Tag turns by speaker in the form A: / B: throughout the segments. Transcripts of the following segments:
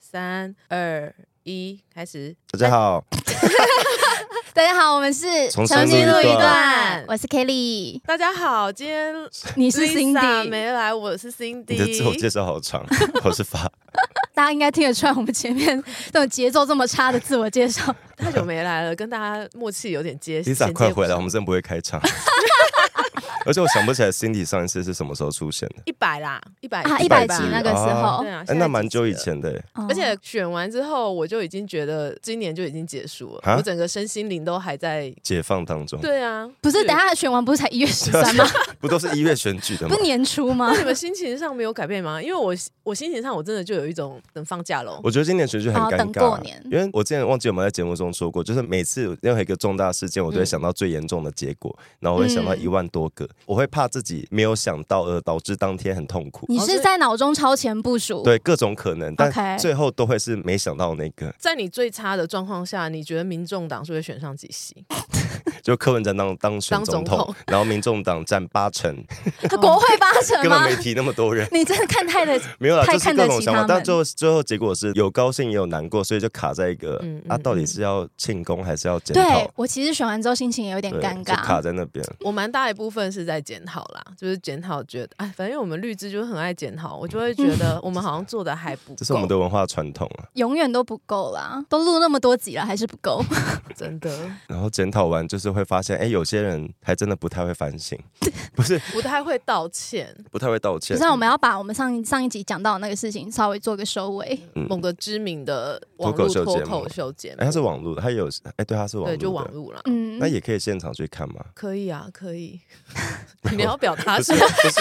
A: 三二一，开始。
B: 大家好，
C: 大家好，我们是
B: 重新录一
C: 录
B: 段
C: 我是 Kelly，
A: 大家好，今天
C: 你
A: Lisa 没来，我是
B: 你的自我介
A: Cindy。
B: 绍好长， 我是发，
C: 大家应该听得出来我们前面这种节奏这么差的自我介绍。
A: 太久没来了，跟大家默契有点接。衔
B: Lisa
A: 接
B: 快
A: 不
B: 回来，
A: 上
B: 我们真的不会开场。而且我想不起来 Cindy 上一次是什么时候出现的，
A: 一百啦，一百
C: 啊
B: 一百
C: 100集
B: 集
C: 那个时候
A: 哎对啊
B: 哎那
A: 现在几集
B: 蛮久以
A: 了
B: 前的耶。
C: 哦
A: 而且选完之后，我就已经觉得今年就已经结束了，
B: 啊嗯
A: 我整个身心灵都还在。
B: 解放当中， 啊
A: 对啊，
C: 不是，等
A: 下。
C: 下选完不是才一月十三吗？
B: 不都是一月选举的
C: 不
B: 吗
C: 是？年初吗
A: 那？
B: 啊
A: 你们心情上没有改变吗？因为我我心情上我真的就有一种等放假喽。
B: 我觉得今年选举很
C: 哦
B: 尴
C: 等
B: 尬
C: 过
B: 啊，
C: 年
B: 因为我之前忘记我们在节目中说过，就是每次任何一个重大事件，我都会想到最严重的结果，然后我会想到
C: 嗯
B: 一万多个，我会怕自己没有想到而导致当天很痛苦。
C: 你是在脑中超前部署？
B: 对各种可能，但
C: OK
B: 最后都会是没想到那个，
A: 在你最差的状况下，你觉得民众党是会选上几席？
B: 就柯文哲当当选
A: 当
B: 总
A: 总
B: 统，
A: 统
B: 然后民众党占八成，
C: 他国会八成
B: 根
C: 吗。
B: 本？没提那么多人
C: 你真的看 太的
B: 没有啦，
C: 太
B: 就是
C: 看
B: 各
C: 得
B: 种
C: 起
B: 想法
C: 他，
B: 但
C: 们
B: 最后最后结果是有高兴也有难过，所以就卡在一个，
A: 嗯嗯
B: 啊，到底
A: 嗯
B: 是要庆功还是要检讨
C: 对？我其实选完之后心情有点
B: 对
C: 尴
B: 就卡
C: 尬，
B: 在那边。
A: 我蛮大一部分是在检讨啦，就是检讨觉得，哎，反正因为我们绿枝就是很爱检讨，我就会觉得我们好像做的还不够。
B: 这是我们的文化传统啊。
C: 永远都不够啦，都录那么多集了还是不够。
A: 真的
B: 然后检讨完就是会发现，哎，有些人还真的不太会反省，不是
A: 不太会道歉，
B: 不太会道
C: 不
B: 歉
C: 是，。我们要把我们上一上一集讲到的那个事情稍微做个收尾。
B: 嗯
A: 某个知名的
B: 脱
A: 网
B: 口
A: 络
B: 秀
A: 脱
B: 节目
A: 口秀节
B: 哎，他
A: 目，
B: 是网络的，他有哎，对，他是网
A: 对，就
B: 络
A: 网
B: 的，
A: 络啦。
C: 嗯，
B: 那也可以现场去看嘛。
A: 可以啊，可 以。你要表达
B: 不
A: 啊是
B: 是不是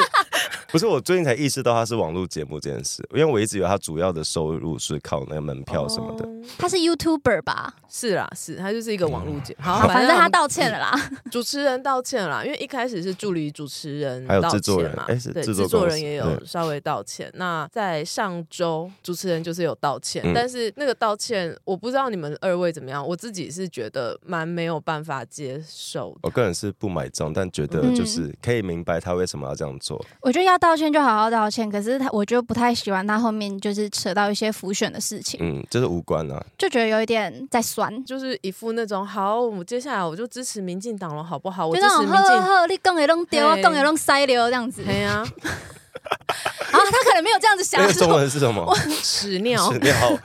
B: 不是，我最近才意识到它是网络节目这件事，因为我一直以为它主要的收入是靠那个门票什么的。
A: 哦
C: 他是 YouTuber 吧？
A: 是啦，是，他就是一个网络节目。好，
C: 好，哦反正嗯
A: 我
C: 他
A: 们
C: 道歉了啦。
A: 主持人道歉啦，因为一开始是助理主持人
B: 还有
A: 道
B: 制作
A: 歉
B: 人
A: 嘛，
B: 诶是
A: 对，
B: 制
A: 制
B: 作
A: 作
B: 公
A: 人
B: 司
A: 也
B: 对
A: 有稍微道歉。那在上周主持人就是有道歉，
B: 嗯
A: 但是那个道歉我不知道你们二位怎么样，我自己是觉得蛮没有办法接受的。
B: 我个人是不买账，但觉得就是可以明白他为什么要这样做。
C: 我觉得要道歉就好好道歉，可是他我就不太喜欢他后面就是扯到一些浮选的事情，
B: 嗯，就是无关啊，
C: 就觉得有一点在酸，就
A: 就是一副那种好，我接下来我就支持民进党了，好不好？我支
C: 那
A: 持
C: 种
A: 民
C: 呵
A: 进
C: 呵，呵你更也弄丢啊，
A: 嘿
C: 更也弄塞流这样子。
A: 哎呀、
C: 啊，他可能没有这样子想
B: 那个，
C: 是
B: 哎中
C: 我
B: 文是什么？
A: 屎尿
B: 屎。尿。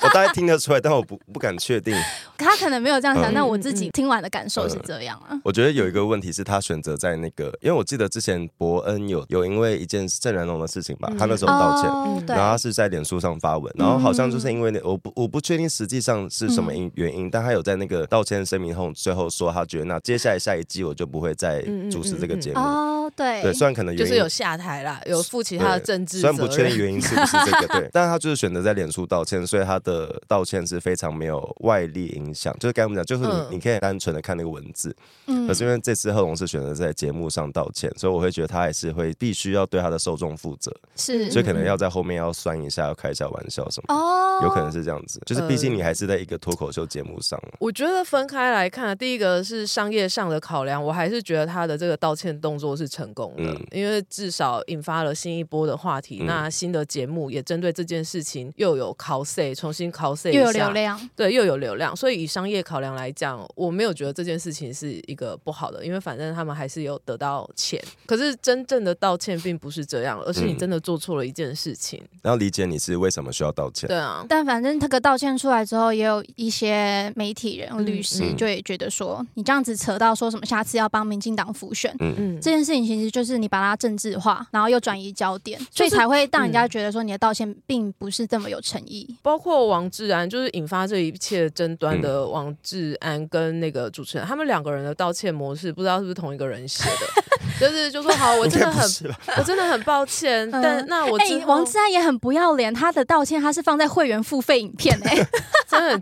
B: 我大概听得出来，但我不不敢确定。
C: 他可能没有这样想。
B: 嗯
C: 那我自己听完的感受是这样啊。
B: 我觉得有一个问题是他选择在那个，因为我记得之前伯恩有有因为一件郑然龙的事情吧，他那时候道歉。
C: 哦
A: 嗯
C: 对
B: 然，后他是在脸书上发文，然后好像就是因为那我不我不确定实际上是什么
A: 嗯
B: 因原因，但他有在那个道歉声明后最后说，他觉得那接下来下一季我就不会再
A: 嗯嗯哎
B: 主持这个节目。
C: 哦，对，
B: 对，虽然可能
A: 就
B: 原
A: 是有
B: 因。
A: 下台啦，有负起他的政治
B: 虽
A: 责
B: 然
A: 任。
B: 不确定原因是不是这 个，对，但是他就是选择在脸书道歉，所以他的道歉是非常没有外力影响，就是该怎么讲，就是你、
A: 嗯
B: 你可以单纯的看那个文字，
C: 嗯
B: 可是因为这次贺龙是选择在节目上道歉，所以我会觉得他还是会必须要对他的受众负责，
C: 是
B: 所以可
A: 嗯
B: 能要在后面要酸一下，要开一下玩笑什么的。
C: 哦，
B: 有可能是这样子，就是
A: 呃
B: 毕竟你还是在一个脱口秀节目上，
A: 我觉得分开来看，第一个是商业上的考量，我还是觉得他的这个道歉动作是成功的，
B: 嗯
A: 因为至少引发了新一波的话题。
B: 嗯
A: 那新的节目也针对这件事情又有 cos，重新 cos
C: 又有
A: 一
C: 流
A: 下，
C: 量，
A: 对，又有流量。所以以商业考量来讲，我没有觉得这件事情是一个不好的，因为反正他们还是有得到钱。可是真正的道歉并不是这样，而是你
B: 嗯
A: 真的做错了一件事情。
B: 然后理解你是为什么需要道歉。
A: 对啊，
C: 但反正这个道歉出来之后，也有一些媒体人、
A: 嗯
C: 律师
B: 嗯
C: 就也觉得说，你这样子扯到说什么下次要帮民进党复选。
A: 嗯，
C: 这件事情其实就是你把它政治化，然后又转移焦点，所以才会让人家觉得说你的道歉并不是这么有诚意。
A: 包括王志安，就是引发这一切争
B: 嗯
A: 端的王志安跟那个主持人，他们两个人的道歉模式，不知道是不是同一个人写的，就是就说好，我真的
B: 不
A: 很，
B: 是吧？
A: 我真的很抱歉，但那我
C: 哎、
A: 之后
C: 王志安也很不要脸，他的道歉他是放在会员付费影片哎、
A: 真的很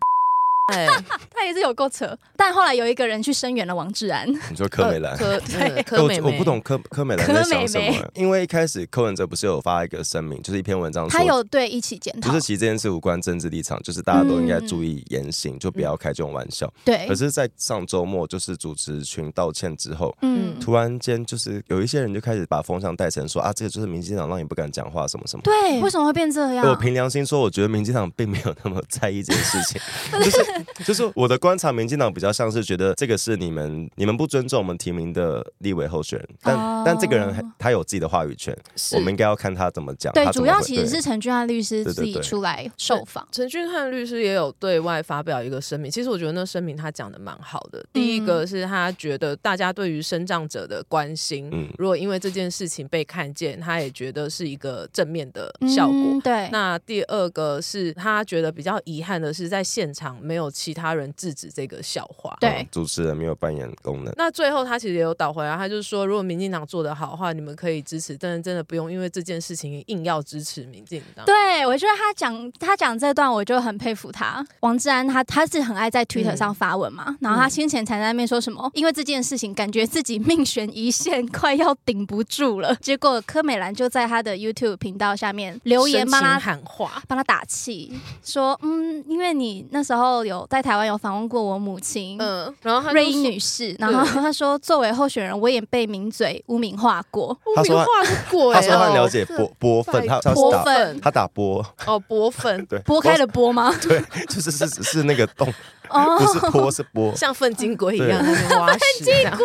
A: 哎，
C: 他也是有够扯。但后来有一个人去声援了王志安，
B: 你说柯美兰。
A: 柯嗯柯
B: 我
A: 美
B: 我
A: 美
B: 不懂柯柯美兰在想什么、欸
C: 柯美
B: 因为一开始柯文哲不是有发一个声明，就是一篇文章说，
C: 他有对一起检讨
B: 不是，其实这件事无关政治立场，就是大家都应该注意言行，
A: 嗯
B: 就不要开这种玩笑。
C: 对
B: 可，是，在上周末就是主持群道歉之后，
C: 嗯，
B: 突然间就是有一些人就开始把风向带成说啊，这个就是民进党让你不敢讲话什么什么。
C: 对，为什么会变这样？
B: 我凭良心说，我觉得民进党并没有那么在意这件事 情，就是就是我的观察，民进党比较像是觉得这个是你们你们不尊重我们提名的立委候选人，但、
C: 哦
B: 但这个人还他有自己的话语权，我们应该要看他怎么讲。
C: 对
B: 他，怎
C: 主
B: 么
C: 要
B: 回
C: 其实
B: 对
C: 是陈俊翰律师
B: 对对
C: 自己
B: 对
C: 出来受访。
A: 陈俊翰律师也有对外发表一个声明，其实我觉得那声明他讲的蛮好的。第一
C: 嗯
A: 个是他觉得大家对于生障者的关心，
B: 嗯
A: 如果因为这件事情被看见，他也觉得是一个正面的效果。
C: 嗯对，
A: 那第二个是他觉得比较遗憾的是，在现场没有其他人制止这个笑话。
C: 对
B: 嗯主持人没有扮演功能。
A: 那最后他其实也有倒回来，他就是说，如果民进党做得好的话，你们可以支持，但是真的不用因为这件事情硬要支持民进党。
C: 对，我觉得他讲他讲这段，我就很佩服他。王志安他他是很爱在 Twitter 上发文嘛，然后他先前才在那边说什么，因为这件事情感觉自己命悬一线， 快要顶不住了。结果柯美兰就在他的 YouTube 频道下面留言
A: 深
C: 帮
A: 情
C: 他
A: 喊话，
C: 帮他打气，说嗯，因为你那时候有在台湾有访问过我母亲。
A: 嗯，然后他就
C: 瑞英
A: 说
C: 女士，然后她说，作为候选人，我也被名嘴污名化过，
A: 污
B: 他
A: 名
B: 说
A: 化是鬼、哦，
B: 他说他了解波波粉，他他
C: 托
B: 打
C: 粉
B: 他打波，
A: 哦，博粉
B: 对，
C: 拨开了拨吗？
B: 对， 就是是是是那个洞，
C: 哦
B: 不是波是 波。
A: 像粪金龟一样在那边挖屎，这样
C: 龟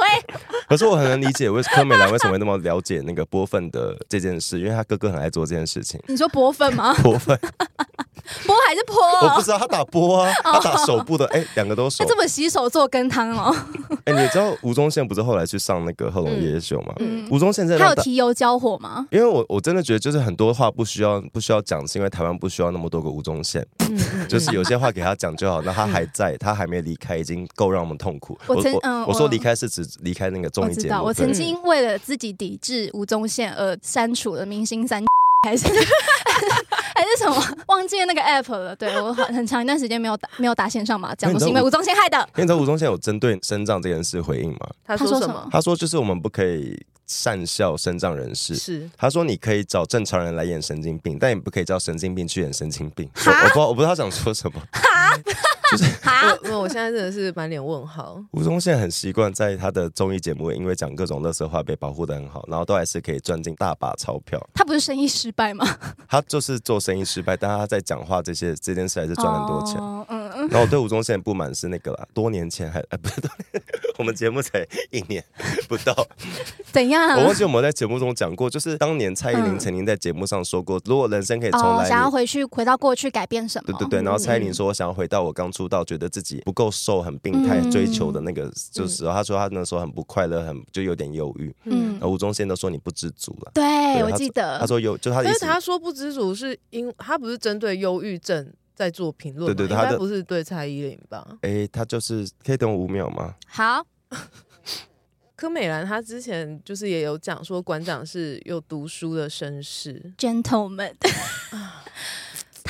B: 可是我很能理解为柯美兰为什么会那么了解那个波粉的这件事，因为他哥哥很爱做这件事情。
C: 你说拨粉 吗？
B: 波粉，
C: 拨还是泼？
B: 我不知道他打波 啊，他打手部的，哎，两个都手
C: 哦那。这么洗手做羹汤哦，
B: 哎，你知道吴宗宪不是后来去上那个贺龙夜夜秀吗？
A: 嗯
B: 吴宗宪在
C: 他
B: 让
C: 有
B: 大，
C: 提油交火吗？
B: 因为我我真的觉得就是很多话不需要不需要讲，是因为台湾不需要那么多个吴宗宪，
A: 嗯
B: 就是有些话给他讲就好。那他还 在，他还没离开，已经够让我们痛苦。
C: 我
B: 我
C: 曾嗯
B: 我我说
C: 我
B: 离开是指离开那个
C: 我
B: 综艺
C: 知
B: 节
C: 道，
B: 目
C: 我，
B: 对嗯
C: 曾经为了自己抵制吴宗宪而删除了明星三 还是还是什么，忘记了那个 app 了。对我很很长一段时间没有打没有打线上麻将，
B: 那你
C: 都
B: 知
C: 是
B: 道
C: 因为吴宗宪害的。
B: 因为你知道吴宗宪有针对生障这件事回应嘛？
A: 嗯他
C: 他
A: 说
C: 说
A: 什
C: 什
A: 么
C: 么？
B: 他说就是我们不可以善笑生障人士。
A: 是
B: 他说你可以找正常人来演神经病，但你不可以叫神经病去演神经病。我我不知道我不知道他想说什么。
C: 哈，
A: 我我我现在真的是满脸问号。
B: 吴宗宪很习惯在他的综艺节目，因为讲各种乐色话被保护的很好，然后都还是可以赚进大把钞票。
C: 他不是生意失败吗？
B: 他就是做生意失败，但他在讲话这些这件事还是赚很多钱。
C: 哦嗯嗯，
B: 然后我对吴宗宪的不满是那个啦，多年前还呃不是多年， 我们节目才一年不 到，
C: 怎样？啊
B: 我忘记我们在节目中讲过，就是当年蔡依林曾经在节目上说过，如果人生可以重
C: 嗯哦
B: 来，，
C: 想要
B: 你
C: 回去回到过去改变什么？
B: 对对对，然后蔡依林说，我想要回到我刚出道，觉得自己不够瘦，很病态，
C: 嗯
B: 追求的那个就是时候，她说她那时候很不快乐，很就有点忧郁。
A: 嗯，
C: 嗯
B: 然，后吴宗宪都说你不知足了，
C: 对
B: 对
C: 我记得
B: 她，说有，就她的
A: 但
B: 意
A: 是
B: 思，
A: 他说不知足是因他不是针对忧郁症在做评论吗，
B: 对对对
A: 应
B: 他
A: 该
B: 的
A: 不是对蔡依林吧？
B: 哎，她就是可以等我五秒吗？
C: 好，
A: 柯美兰她之前就是也有讲说，馆长是有读书的绅士，
C: gentleman，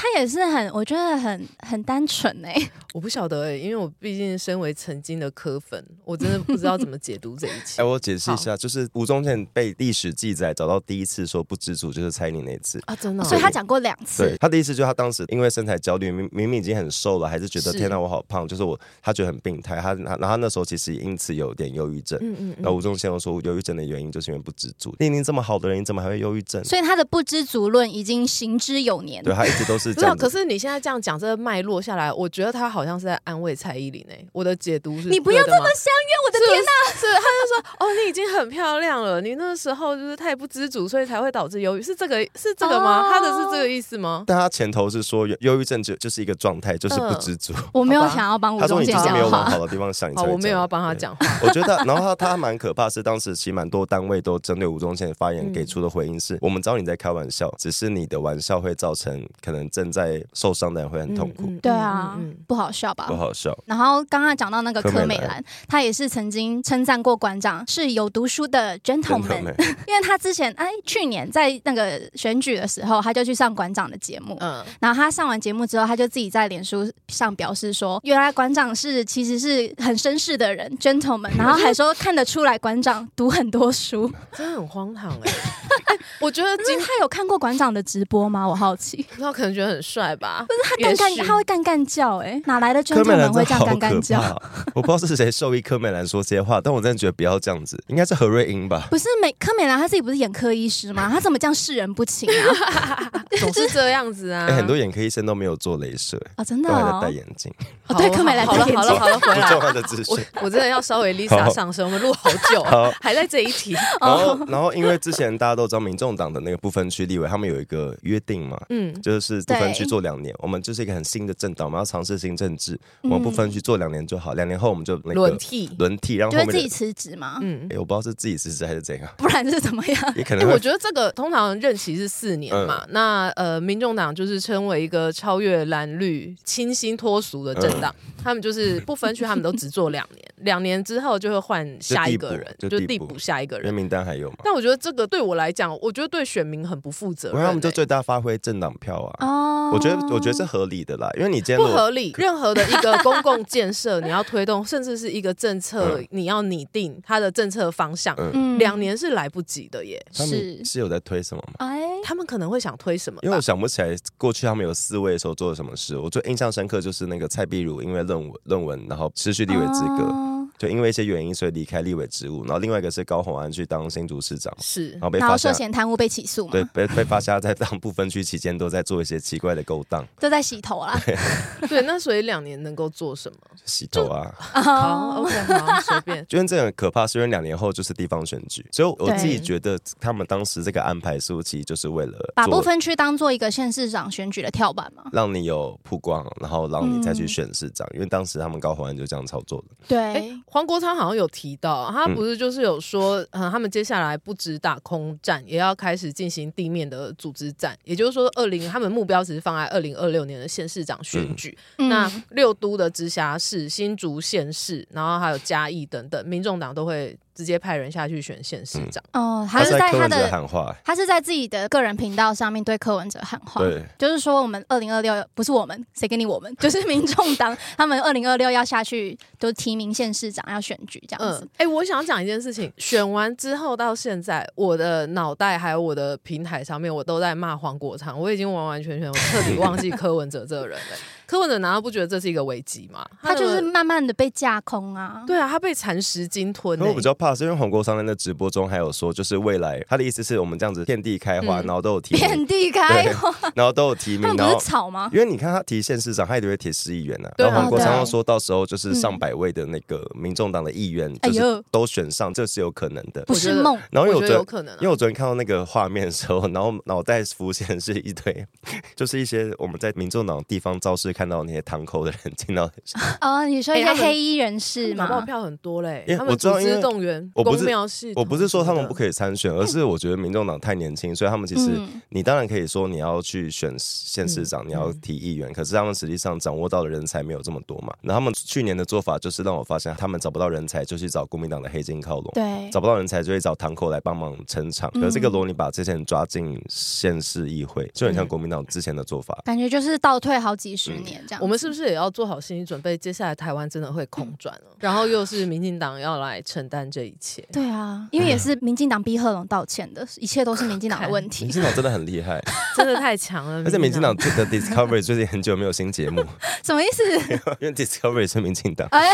C: 他也是很，我觉得很很单纯哎、
A: 我不晓得、欸，因为我毕竟身为曾经的柯粉，我真的不知道怎么解读这一
B: 哎，
A: 切。
B: 我解释一下，就是吴宗宪被历史记载找到第一次说不知足，就是蔡依林那一次。
A: 啊，真的哦、
C: 所以他讲过两
B: 嗯
C: 次
B: 对，，他的意思就是他当时因为身材焦虑，明明明已经很瘦了，还是觉得
A: 是
B: 天哪，我好胖，就是我他觉得很病态，他他然后他那时候其实因此有点忧郁症。
A: 嗯嗯
B: 那
A: 嗯，
B: 吴宗宪又说，忧郁症的原因就是因为不知足。你明这么好的人，你怎么还会忧郁症？
C: 所以他的不知足论已经行之有年。
B: 对他啊一直都是
A: 不
B: 这
A: 知道。
B: 样
A: 可
B: 子。
A: 是你现在这样讲这个脉络下来，我觉得他好像是在安慰蔡依林诶、我的解读是
C: 你不要
A: 对的吗啊
C: 这么相怨，我的天哪、
A: 是，他就说：“哦，你已经很漂亮了，你那时候就是太不知足，所以才会导致忧郁，是这个是这个吗？
C: 哦
A: 他的是这个意思吗？
B: 但他前头是说，忧忧郁症就就是一个状态，就是
A: 嗯
B: 不 知足。
C: 我没
A: 好
C: 有
A: 吧
C: 想要帮吴
B: 他说
C: 宗
B: 你
C: 宪
B: 就是
C: 讲
B: 没有往
C: 话，
B: 好的地方想，你才
A: 好，
B: 会
A: 我没有
B: 这
A: 要
B: 样
A: 帮他。讲话。
B: 对我觉得，然后他他蛮可怕，是当时其实蛮多单位都针
A: 嗯
B: 对吴宗宪的发言给出的回应是：我们知道你在开玩笑，只是你的玩笑会造成可能正在受伤的人会很痛
A: 嗯
B: 苦，
C: 对啊，不好笑吧
B: 不？好笑。
A: 啊
C: 然后刚刚讲到那个
B: 柯
C: 柯
B: 美
C: 美
B: 兰
C: 兰，她也是曾经称赞过馆长是有读书的 gentleman，
B: 们，
C: 因为他之前哎，去年在那个选举的时候，他就去上馆长的节目。
A: 嗯，
C: 然后他上完节目之后，他就自己在脸书上表示说，原来馆长是其实是很绅士的人，gentleman，然后 还说看得出来馆长读很多 书。
A: 真的很荒唐哎、哎 我觉得
C: 可
A: 今
C: 是他有看过馆长的直播吗？我好奇。
A: 他可能觉得很帅 吧，
C: 他
A: 也
C: 干干
A: 许
C: 他会干干叫哎、哪来的
B: 柯美
C: gentleman
B: 兰
C: 会
B: 真的
C: 这样
B: 好
C: 干
B: 可
C: 干 叫？
B: 怕，我不知道是谁授意柯美兰说这些话，但我真的觉得不要这样子，应该是何瑞英吧。
C: 不是美柯美兰她自己不是眼科医师吗？她怎么这样世人不清 啊？
A: 总是这样子啊。
B: 哎、很多眼科医生都没有做镭射、
C: 啊、真的
B: 都还在
C: 哦
B: 戴，眼镜。
C: 哦对柯美兰
A: 好了
C: 戴眼
A: 好了
C: 镜
A: 好了，回
B: 不重
A: 来。
B: 要的资讯
A: 我。我真的要稍微 Lisa
B: 好
A: 上身，我们录好久啊
B: 好，
A: 还在这一题。
B: 然
A: 哦
B: 后，然后因为之前大家都知道，民众党的那个不分区立委，他们有一个约定嘛，
A: 嗯，
B: 就是不分区
C: 对
B: 做两年。我们就是一个很新的政党，我们要尝试新政治，我
C: 嗯
B: 们不分区做两年就好。两年后我们就那个
A: 轮替。
B: 轮替，让后
C: 就会
B: 面
C: 自己
B: 的、
C: 辞职吗？
A: 嗯，
B: 哎，我不知道是自己辞职还是怎样，
C: 不然是怎么样？
B: 也可
A: 哎，
B: 能
A: 我
B: 会。嗯
A: 觉得这个通常任期是四年嘛，那呃，民众党就是称为一个超越蓝绿、清新脱俗的政党，
B: 嗯
A: 他们就是不分区，他们都只做两年，两年之后就会换下一个人，
B: 就
A: 就
B: 递
A: 递
B: 补
A: 补下一个
B: 人
A: 人。
B: 名单还有吗？
A: 但我觉得这个对我来讲，我觉得对选民很不负责
B: 我
A: 任、
B: 让他们就
A: 哎
B: 最大发挥政党票啊。
C: 哦
B: 我觉得，我觉得是合理的啦，因为你今天
A: 不
B: 如果
A: 合理。任何的一个公共建设，你要推动，甚至是一个政策
B: 嗯，
A: 你要拟定它的政策方向，
B: 嗯
C: 嗯
A: 两年是来不及的耶。
B: 他
C: 是
B: 们是有在推什么吗？
C: 哎，
A: 他们可能会想推什么吧？
B: 因为我想不起来过去他们有四位的时候做了什么事。我最印象深刻就是那个蔡碧如因为论文论文，然后失去立委资格，
C: 哦
B: 就因为一些原因所以离开立委职务。然后另外一个是高虹安去当新竹市长，
A: 是
B: 然后被
C: 然
B: 发
C: 后涉
B: 现
C: 嫌贪污被起诉嘛
B: 对，被被发现他在当不分区期间都在做一些奇怪的勾当、
C: 都在 洗头啦。
A: 对，那所以两年能够做什么？
B: 洗头啊。。
A: 好，OK，好，随便
B: 就因为这很可怕，是因为两年后就是地方选举，所以我我
C: 对
B: 自己觉得他们当时这个安排是不是其实就是为了
C: 把部
B: 做。
C: 分区当做一个县市长选举的跳板嘛？
B: 让你有曝光，然后让你再去
C: 嗯
B: 选市长，因为当时他们高虹安就这样操作 的。
A: 哎
C: 对，，
A: 黄国昌好像有提到，他不是就是有说，嗯，他们接下来不止打空战，也要开始进行地面的组织战，也就是说，二零他们目标只是放在二零二六年的县市长选举，那
C: 嗯
A: 六都的直辖市、新竹县市，然后还有嘉义等等，民众党都会直接派人下去选县市长。
C: 哦，他是
B: 是
C: 在
B: 柯
C: 他
B: 文哲
C: 的
B: 喊话，
C: 他是在自己的个人频道上面对柯文哲喊话，
B: 对，
C: 就是说我们二零二六不是我们，谁给你我们？ 就是民众党他们二零二六要下去，就提名县市长要选举这样
A: 嗯
C: 子。，
A: 哎、我想讲一件事情，选完之后到现在，我的脑袋还有我的平台上面，我都在骂黄国昌，我已经完完全全我彻底忘记柯文哲这个人了、柯文哲难道不觉得这是一个危机吗？
C: 他就
A: 的
C: 是慢慢的被架空啊，
A: 对啊，他被蚕食鲸吞、
B: 可我比
A: 欸。
B: 较怕是因为黄国昌在那直播中还有说，就是未来他的意思是我们这样子遍地开花，
A: 嗯
B: 然后都有提名，
C: 遍地开
B: 对
C: 花，
B: 然后都有提
C: 他
B: 名
C: 们，不
B: 然
C: 是
B: 后
C: 吵吗？
B: 因为你看他提县市长，他也都会提市议员啊。
A: 对啊
B: 然后黄国昌
C: 对
B: 又
C: 啊
B: 说到时候就是上百位的那个民众党的议员，
A: 嗯
B: 就
C: 哎呦
B: 是都选上，这是有可能的。
C: 不
A: 我觉
C: 是
A: 得
C: 梦，
B: 然后
A: 嗯
B: 因
A: 我
B: 为我
A: 觉
B: 昨
A: 得有
B: 天。
A: 可能、啊
B: 因为，我昨天看到那个画面的时候， 然后脑袋浮现是一堆，就是一些我们在民众党地方造势看到的那些堂口的人进到
C: 哦，你说一
A: 哎他
C: 些
A: 们
C: 黑衣人士
A: 马报
C: 吗？
A: 票很多嘞、
B: 因为
A: 他
B: 我
A: 们
B: 知道
A: 组
B: 因
A: 织
B: 为
A: 动员、
B: 我不是
A: 公庙系统
B: 我不是说他
A: 什
B: 们
A: 么
B: 不
A: 的
B: 可以参选，而是我觉得民众党太年轻，所以他们其实、
C: 嗯
B: 你当然可以说你要去选县市长，你要提议员，可是他们实际上掌握到的人才没有这么多嘛。然后他们去年的做法就是让我发现，他们找不到人才就去找国民党的黑金靠拢。
C: 对，
B: 找不到人才，就会找堂口来帮忙撑场。可是这个罗，你把这些人抓进县市议会，就很像国民党之前的做法。
C: 感觉就是倒退好几
B: 嗯
C: 十年这样。
A: 我们是不是也要做好心理准备？接下来台湾真的会空转 了，然后又是民进党要来承担这一切。
C: 对啊，因为
B: 哎
C: 也是民进党逼贺龙道歉的，一切都是民进党的问
B: 民
C: 题。
B: 进党真的很厉害，
A: 真的太强了。
B: 而且民进党的 Discovery 最近很久没有新节目，
C: 什么意思？
B: 因为 Discovery 是民进党
C: 哎。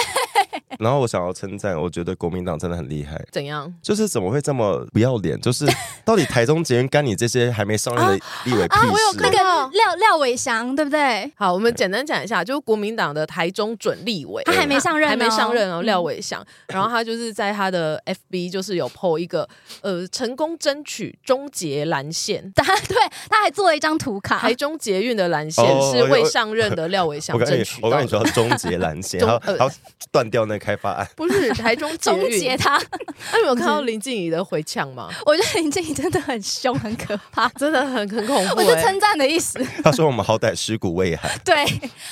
B: 然后我想要称赞，我觉得国民党真的很厉害。
A: 怎样？
B: 就是怎么会这么不要脸？就是 到底台中捷运干你这些还没上任的
A: 啊
B: 立委屁事？
C: 那
A: 哦
C: 个廖廖伟翔对不对？
A: 好，我们简单讲一下，就是国民党的台中准立委，
C: 他还没上任哦
A: 还没上任哦，
C: 嗯
A: 廖伟翔。然后他就是在他 的 FB 就是有 PO 一个呃，成功争取终结蓝线。
C: 答对，他还做了一张图卡
A: 台，中捷运的蓝线
B: 哦
A: 是未上任的廖伟翔
B: 我跟
A: 争
B: 你
A: 取，
B: 我
A: 到
B: 跟你
A: 的。
B: 说，终结蓝线，
A: 中
B: 然后
A: 呃
B: 然后断掉那开发案。
A: 不是台中捷
C: 终
A: 运
C: 结他。
A: 那你有看到林静怡的回呛吗？
C: 我觉得林静怡真的很凶，很可 怕。
A: 真的很很恐怖、
C: 我
A: 欸。
C: 是称赞的意思，
B: 他说我们好歹尸骨 未寒，
C: 对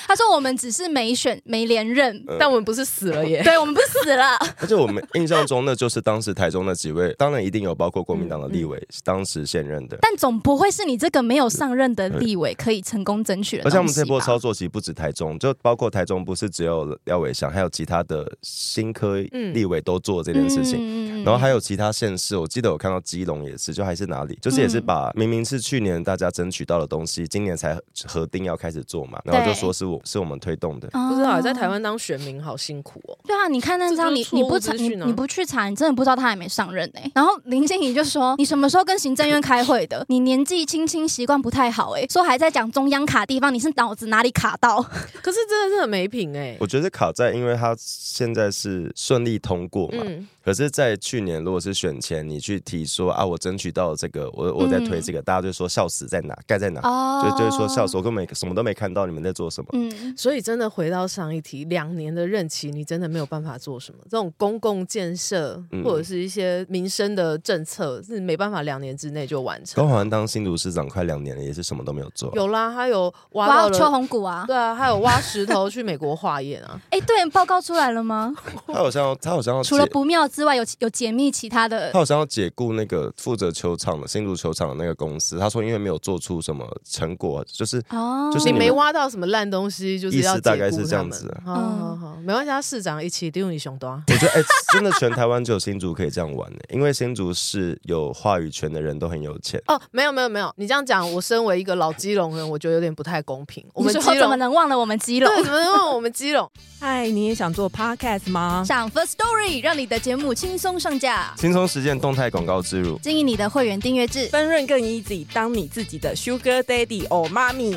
C: 他说我们只是没选没连任，
B: 呃
A: 但我们不是死了 耶。
C: 对我们不死了，
B: 而且我们印象中那就是当时台中那几位，当然一定有包括国民党的
A: 嗯
B: 立委，当时现任的。
C: 但总不会是你这个没有上任的立委可以成功争取的
B: 而
C: 东西
B: 且
C: 吧。
B: 我们这波操作其实不止台中，就包括台中不是只有廖伟翔，还有其他的新科
A: 嗯
B: 立委都做这件事情。
C: 情
B: 然后还有其他县市，我记得我看到基隆也是，就还是哪里，就是也
C: 嗯
B: 是把明明是去年大家争取到的东西，今年才核定要开始做嘛，然后就
C: 对
B: 说是我是我们推动的，
C: 嗯
A: 不知道在台湾当选民好辛苦哦。
C: 对啊，你看那张，你
A: 这就是
C: 你
A: 错误
C: 不查，
A: 资
C: 你
A: 讯啊
C: 你不去查，你真的不知道他还没上任呢、然后林静怡就说：“你什么时候跟行政院开会的？ 你年纪轻轻，习惯不太好、欸，说还在讲中央卡地方，你是脑子哪里卡 到？
A: 可是真的是很没品哎、
B: 我觉得卡在，因为他现在是顺利通过嘛，
A: 嗯，
B: 可是，在去年如果是选前，你去提说啊，我争取到了这个，我我在推这个，大家就说笑死在哪，盖在哪，
C: 嗯哦
B: 就就会说笑死，我根本没什么都没看到你们在做什么。
C: 嗯，
A: 所以真的回到上一题，两年的任期，你真的没有办法做什么。这种公共建设
B: 嗯
A: 或者是一些民生的政策，是没办法两年之内就完成。
B: 高华安当新竹市长快两年了，也是什么都没有做。
A: 有啦，他有挖
C: 哇
A: 到
C: 哦，秋
A: 了，
C: 红谷啊，
A: 对啊，还有挖石头去美国化验啊。
C: 哎、对，报告出来了吗？
B: 他好像要他好像要
C: 除了
B: 解
C: 不妙之外，有有解密其他的
B: 他好像要解雇那个负责球场的新竹球场的那个公司，他说因为没有做出什么成果，就是
C: 哦，
B: 就是
A: 你
B: 你们
A: 没挖到什么烂东西，就是要
B: 意思大
A: 解
B: 概
A: 雇
B: 是这样
A: 他们
B: 子啊
A: 好
C: 嗯
A: 好好，没关系，他市长一起丢你熊多。
B: 我觉得哎、真的全台湾只有新竹可以这样玩的、因为新竹市有话语权的人都很有钱。
A: 哦，没有没有没有，你这样讲，我身为一个老基隆人，我觉得有点不太公平。我
C: 你
A: 们
C: 说
A: 基
C: 怎么
A: 隆，
C: 能忘了我们基隆？
A: 对，怎么问我们基隆？
D: 嗨，你也想做 podcast 吗？
C: 上 First Story 让你的节目轻松上架，
B: 轻松实践动态广告之路，
C: 经营你的会员订阅制。
D: 分润更 easy，当你自己的 Sugar Daddy 或妈咪。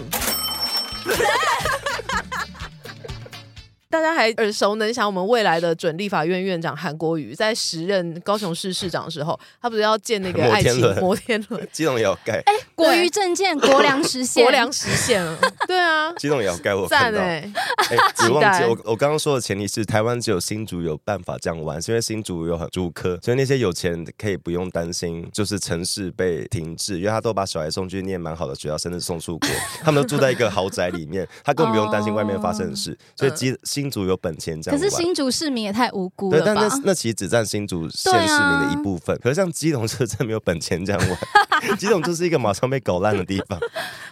A: 大家还耳熟能详，我们未来的准立法院院长韩国瑜在时任高雄市市长的时候，他不是要建那个
B: 摩
A: 爱
B: 天
A: 情
B: 轮，
A: 摩天轮
B: 基隆也要盖，
C: 国瑜证件，国粮实现，
A: 国粮实现 了，对啊，
B: 基隆也要盖，我看
A: 赞
B: 到。
A: 哎、
B: 哎，只忘记
A: 期待
B: 我我刚刚说的前提是台湾只有新竹有办法这样玩，是因为新竹有很竹科，所以那些有钱人可以不用担心，就是城市被停滞，因为他都把小孩送去念蛮好的学校，甚至送出国，他们都住在一个豪宅里面，他根本不用担心外面发生的
A: 哦
B: 事，
A: 嗯
B: 所以基新竹有本钱这
C: 可
B: 样
C: 是
B: 玩。
C: 新竹市民也太无辜
B: 对
C: 了，吧？
B: 但那那其实只占新竹县
A: 啊
B: 市民的一部分。可是像基隆，就真的没有本钱这样 玩。基隆就是一个马上被搞烂的地方。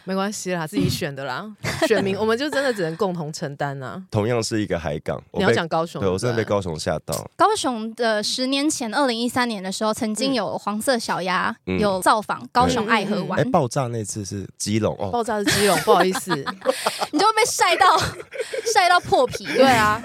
A: 没关系啦，自己选的啦，选民我们就真的只能共同承担啊。
B: 同样是一个海港，我
A: 你要
B: 被
A: 讲高雄，
B: 对我真的被
A: 对不啊对
B: 高雄吓到。
C: 高雄的十年前，二零一三年的时候，曾经有黄色小鸭、
B: 嗯
C: 有造访高雄爱河
B: 哎、
C: 湾，
B: 爆炸那次是基隆哦，
A: 爆炸是 基隆，不好意思，
C: 你就会被晒到晒到破皮。
A: 对啊，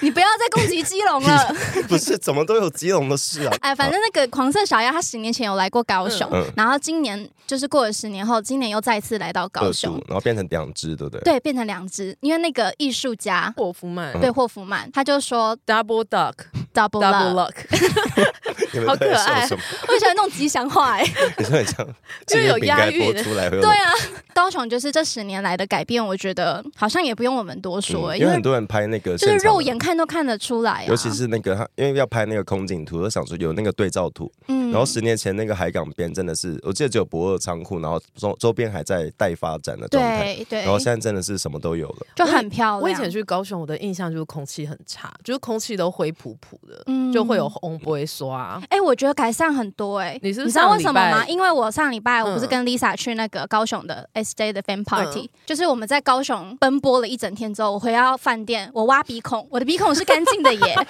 C: 你不要再攻击基隆 了。！
B: 不是，怎么都有基隆的事啊
C: 哎，反正那个黄色小鸭，它十年前有来过高雄，
B: 嗯嗯
C: 然后今年就是过了十年后，今年又再次来到高
B: 特殊
C: 雄，，
B: 然后变成两只，对不对？，嗯
C: 对，变成两只，因为那个艺术家。
A: 霍夫曼
C: 对霍夫曼，他就说
A: double duck
C: double
A: double
C: love，
A: luck，
B: 你们
A: 好
B: 都在
A: 可爱
B: 说什么？
C: 我喜欢那种吉祥话哎、
B: 你说很像
A: 因为有
B: 这个饼干
A: 押韵
B: 播出来会有
C: 对啊，高雄就是这十年来的改变，我觉得好像也不用我们多说、哎
B: 嗯因为很多人拍那个
C: 就是
B: 现场的啊
C: 肉眼。看都看得出来、啊，
B: 尤其是那个，他因为要拍那个空景图，就想说有那个对照图。
C: 嗯
B: 然后十年前那个海港边真的是，我记得只有博尔仓库，然后周周边还在待发展的状态。
C: 对对，
B: 然后现在真的是什么都有了。
C: 就很漂亮。
A: 我以前去高雄，我的印象就是空气很差，就是空气都灰扑扑的，
C: 嗯
A: 就会有红不会刷。
C: 哎、我觉得改善很多哎、
A: 你是不是
C: 你知道为什么
A: 上礼
C: 吗？
A: 拜
C: 因为我上礼拜我不是
A: 嗯
C: 跟 Lisa 去那个高雄的 S J 的 Fan Party，、就是我们在高雄奔波了一整天之后，我回到饭店，我挖鼻孔，我的鼻孔是干净的耶，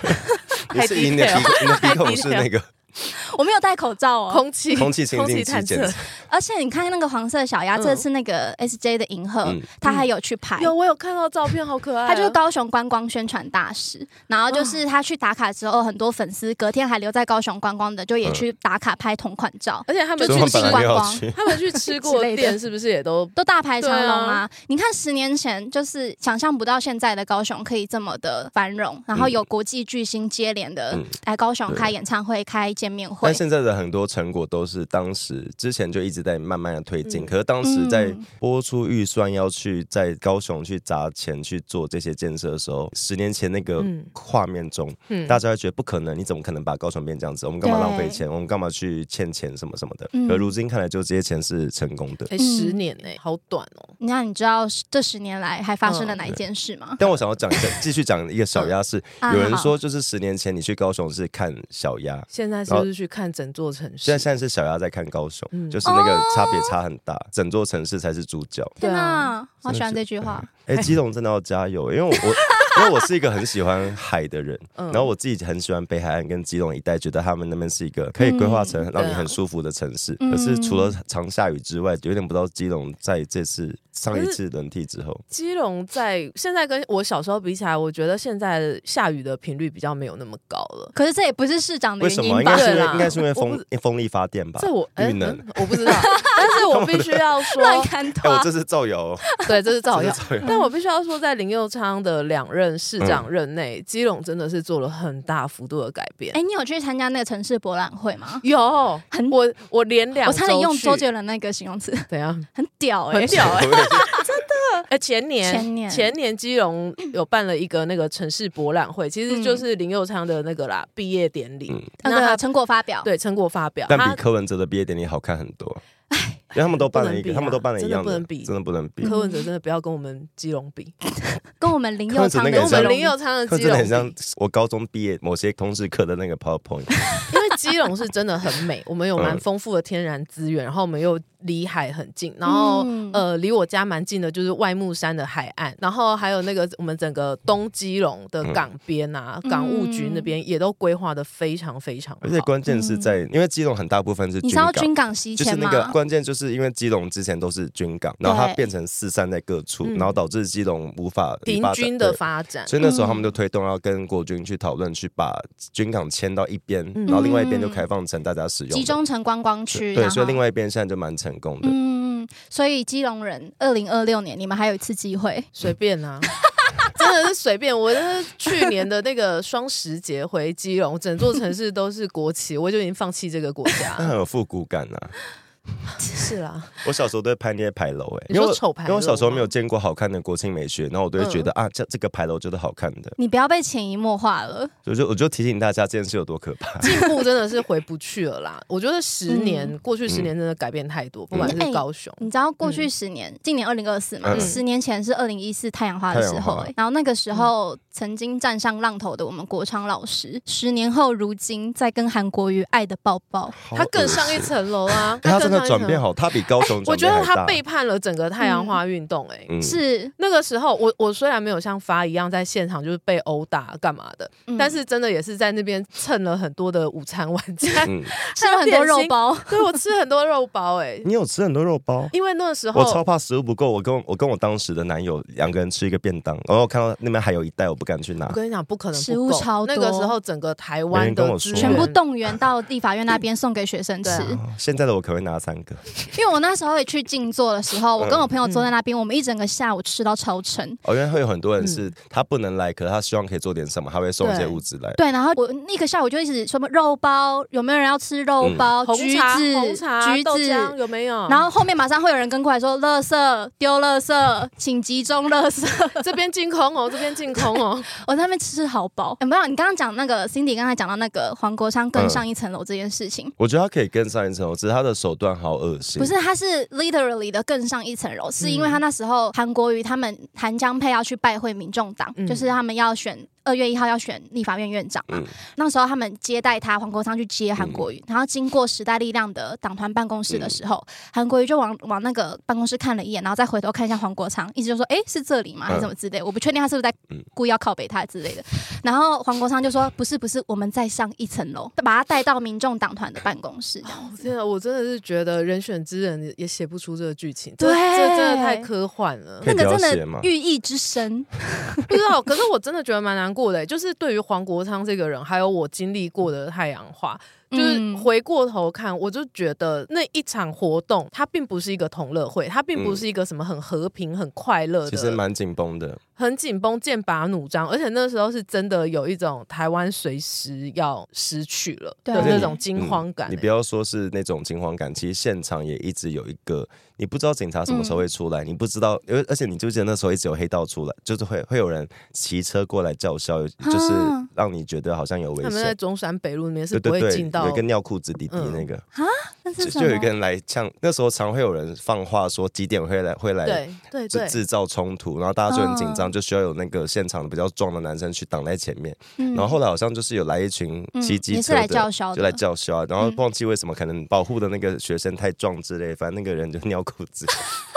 B: 不是你的鼻孔，你的鼻孔是那个
C: 我没有戴口罩哦。
A: 空气
B: 空气清
A: 空
B: 净
A: 气
B: 机
A: 探
B: 检
A: 测
B: 测。，
C: 而且你看那个黄色小鸭，
A: 嗯
C: 这次那个 S J 的银河
B: 嗯，
C: 他、还有去拍。
A: 有我有看到照片，好可爱啊。
C: 他就是高雄观光宣传大使，然后就是他去打卡之后，很多粉丝隔天还留在高雄观光的，就
B: 嗯
C: 也去打卡拍同款照，
A: 而且他们
B: 所以
C: 就
A: 啊去吃
B: 我本来
C: 是
B: 没
C: 观
B: 有
C: 光
B: 去。
A: 他们去吃过
C: 之
A: 的
C: 类的
A: 店是不是也都？
C: 都大排长龙
A: 对
C: 啊
A: 啊！
C: 你看十年前，就是想象不到现在的高雄可以这么的繁荣，然后有国际巨星接连的
B: 嗯
C: 来高雄开演唱会、开见面会
B: 但。现在的很多成果都是当时之前就一直在慢慢的推进，
A: 嗯
B: 可是当时在
C: 嗯
B: 播出预算要去在高雄去砸钱去做这些建设的时候，十年前那个
A: 嗯
B: 画面中，
A: 嗯
B: 大家会觉得不可能，你怎么可能把高雄变这样子？我们干嘛
C: 对
B: 浪费钱？我们干嘛去欠钱什么什么的？
C: 嗯
B: 可如今看来，就这些钱是成功的。
A: 哎，十年哎，好短哦。
C: 那你知道这十年来还发
B: 嗯
C: 生了哪一件事吗？
B: 但我想要讲一下，继续讲一个小鸭是，
C: 啊
B: 有人说就是十年前你去高雄是看小鸭，
A: 现在是不是去看整座城市？
B: 现在现在是小鸭在看高雄，
A: 嗯
B: 就是那个差别差很大，整座城市才是主角。
A: 对
C: 天哪
A: 啊，
C: 好喜欢这句话。
B: 哎、基隆真的要加油，因为我我因为我是一个很喜欢海的人，
A: 嗯
B: 然后我自己很喜欢北海岸跟基隆一带，觉得他们那边是一个可以规划成让你
A: 对啊
B: 很舒服的城市。
C: 嗯
B: 可是除了常下雨之外，有点不知道基隆在这次上一
A: 可
B: 次轮替之后，
A: 基隆在现在跟我小时候比起来，我觉得现在下雨的频率比较没有那么高了。
C: 可是这也不是市长的
B: 为
C: 原
B: 什么？
C: 因
B: 应
C: 吧
B: 该？是
A: 对
B: 因 为
A: 啦
B: 应该是因为
A: 我
B: 风风力发电吧？
A: 这我哎、
B: 绿能
A: 嗯我不 知道，但是我必须要说，
C: 乱砍
B: 哎、我
C: 他。
B: 这是造谣哦，
A: 对，这是造
B: 这
A: 谣
B: 是。造谣。
A: 但我必须要说，在林佑昌的两任市
B: 嗯
A: 长任内，基隆真的是做了很大幅度的改变。
C: 哎，你有去参加那个城市博览会吗？
A: 有，
C: 很
A: 我我连两
C: 我
A: 周
C: 差点用
A: 去
C: 周杰伦那个形容词，
A: 怎样？
C: 很屌哎
A: 很。屌哎、哎、前年
C: 前年嗯
A: 年基隆有办了一个那个城市博览会，其实就是林佑昌的那个啦毕业典礼
B: 嗯，
C: 那个
A: 那他
C: 呃成果发表，
A: 对成果发表，
B: 但
A: 他
B: 比柯文哲的毕业典礼好看很多，因为他们都办了一
A: 不能比啊
B: 个，他们都办了一
A: 真的
B: 样
A: 不能比嗯
B: 真的不能比。
A: 柯文哲真的不要跟我们基隆比，
C: 跟我们林佑昌的
B: 柯
A: 跟
B: 文
A: 我
B: 哲那
A: 们
B: 个
A: 林佑昌的
B: 柯文
A: 基
B: 哲真的
A: 隆
B: 很
A: 比，
B: 像我高中毕业某些通识课的那个 PowerPoint，
A: 因为基隆是真的很美，我们有蛮
B: 嗯
A: 丰富的天然资源，然后我们又离海很近，然后、
C: 嗯
A: 呃离我家蛮近的就是外木山的海岸，然后还有那个我们整个东基隆的港边啊，
C: 嗯
A: 港务局那边也都规划的非常非常好，
B: 而且关键是在，
A: 嗯
B: 因为基隆很大部分是军
C: 你知道
B: 港。
C: 军港席
B: 就是
C: 前
B: 那个
C: 吗？
B: 关键，就是因为基隆之前都是军港，然后它
C: 对
B: 变成四散在各处，
A: 嗯
B: 然后导致基隆无法
A: 平
B: 发展
A: 均的
B: 对
A: 发展。
B: 所以那时候
C: 嗯
B: 他们就推动要跟国军去讨论，去把军港迁到一边，
A: 嗯
B: 然后另外一边就开放成大家使用的。
C: 集中成观光区，
B: 对，
C: 然后
B: 所以另外一边现在就蛮成功的。
C: 嗯，所以基隆人，二零二六年你们还有一次机会，
A: 随便啊。 真的是随便，我真的去年的那个双十节回基隆，整座城市都是国旗，我就已经放弃这个国家
B: 那
A: 了。
B: 很有复古感啊！
A: 是啦，
B: 我小时候都会拍那些牌楼、哎，
A: 你
B: 因
A: 说
B: 为我
A: 丑牌
B: 因为我小时候
A: 楼吗嗯
B: 没有见过好看的国庆美学，然后我都会觉得、啊，这这个牌楼就是好看的，
C: 你不要被潜移默化了。
B: 所以我就我就提醒大家这件事有多可怕。
A: 进步真的是回不去了啦。我觉得十年、过去十年真的改变太多，不管是高雄，
C: 你知道过
A: 嗯
C: 去十年，今年二零二四嘛，
B: 嗯
C: 十年前是二零一四太阳花的时候、
B: 太阳花
C: 哎然后那个
A: 嗯
C: 时候曾经站上浪头的我们国昌老师，十年后如今在跟韩国瑜爱的抱抱，
A: 它更上一层楼啊，
B: 哎，他
A: 更
B: 真
A: 上
B: 的
A: 一
B: 转变
A: 层。哎
B: 好，他比高雄
A: 我
B: 转
A: 觉
B: 变还
A: 得
B: 大。
A: 他背叛了整个太阳花运动、哎、
B: 嗯
C: 是，
A: 那个时候我我虽然没有像发一样在现场就是被殴打干嘛的，
C: 嗯
A: 但是真的也是在那边蹭了很多的午餐晚餐，
B: 嗯，
C: 吃了很多肉包，
A: 对我吃很多肉包哎、
B: 你有吃很多肉包？
A: 因为那时候
B: 我超怕食物不够，我跟我我跟我当时的男友两个人吃一个便当，然后我看到那边还有一袋，我不敢去拿
A: 我。跟你讲，不可能不
C: 食物
A: 够
C: 超
A: 那
C: 多
A: 个时候，整个台
B: 没
A: 湾
B: 人跟
A: 的
B: 我
A: 资源
B: 说
C: 全部动员到立法院那边送给学生吃
A: 对。啊
B: 哦现在的我可能会拿三个，
C: 因为我那时候也去静坐的时候，我跟我朋友坐在那边，我们一整个下午吃到超撑。
B: 哦，因为会有很多人
A: 嗯
B: 是他不能来，可是他希望可以做点什么，他会送一些物资来。
C: 对，然后我那个下午就一直什么肉包，有没有人要吃肉包？
A: 红
C: 橘
A: 茶、
C: 子、
A: 红茶、
C: 橘
A: 豆浆嗯
C: 子。
A: 有没有？
C: 然后后面马上会有人跟过来说：“垃圾丢垃圾，请集中垃圾。
A: 这边进空哦，这边进空哦，”
C: 我在那边吃好饱。有没有？你刚刚讲那个 Cindy 刚才讲到那个黄国昌更上一层楼这件事情，
B: 我觉得他可以跟上一层楼，只是他的手段好恶心。
C: 不是，他是 literally 的更上一层楼，是
B: 嗯
C: 因为他那时候韩国瑜他们韩江配要去拜会民众党，
A: 嗯
C: 就是他们要选二月一号要选立法院院长嘛。
B: 嗯
C: 那时候他们接待他，黄国昌去接韩国瑜，然后经过时代力量的党团办公室的时
B: 嗯
C: 候，韩、国瑜就往往那个办公室看了一眼，然后再回头看一下黄国昌，意思就说：“诶，是这里吗？还是什么之类？”我不确定他是不是在
B: 嗯
C: 故意要靠北他之类的。然后黄国昌就说：“不是，不是，我们再上一层楼，把他带到民众党团的办公室。”
A: 真的，我真的是觉得人选之人也写不出这个剧情，这
C: 对
A: 这真的太科幻了
B: 可。以
C: 那
B: 不
C: 个
B: 要
C: 真
B: 写吗
C: 的寓意之深，
A: 不知道，可欸是我真的觉得蛮难过的，就是对于黄国昌这个人，还有我经历过的太阳花。就是
C: 嗯
A: 回过头看，我就觉得那一场活动，它并不是一个同乐会，它并不是一个什么很和平、很快乐
B: 嗯其实
A: 的，
B: 蛮紧绷的，
A: 很紧绷、剑拔弩张，而且那时候是真的有一种台湾随时要失去了
C: 对
A: 的
C: 而且
A: 那
C: 你
A: 种惊慌感、
B: 嗯你不
A: 欸
B: 要说是那种惊慌感，其实现场也一直有一个，你不知道警察什么时候会
A: 嗯
B: 出来，你不知道，而而且你就记得那时候一直有黑道出来，就是会会有人骑车过来叫嚣，就是让你觉得好像有危
A: 啊他们在
B: 险。
A: 中山北路里面是不
B: 对对
A: 会
B: 对
A: 进，到嗯
B: 有一个尿裤子弟弟那个，
C: 那
B: 就是
C: 什
B: 就有一个
C: 么？
B: 人来呛，那时候常会有人放话说几点会来会来
A: 对对
B: 制
A: 对，嗯
B: 制造冲突，然后大家就很紧张，就需要有那个现场比较壮的男生去挡在前面。然
C: 嗯
B: 后后来好像就是有来一群骑机
C: 也
B: 车
C: 是
B: 的，
C: 来叫嚣的
B: 就来叫嚣啊，然后
C: 嗯
B: 忘记为什么，可能保护的那个学生太壮之类，反正那个人就尿裤子。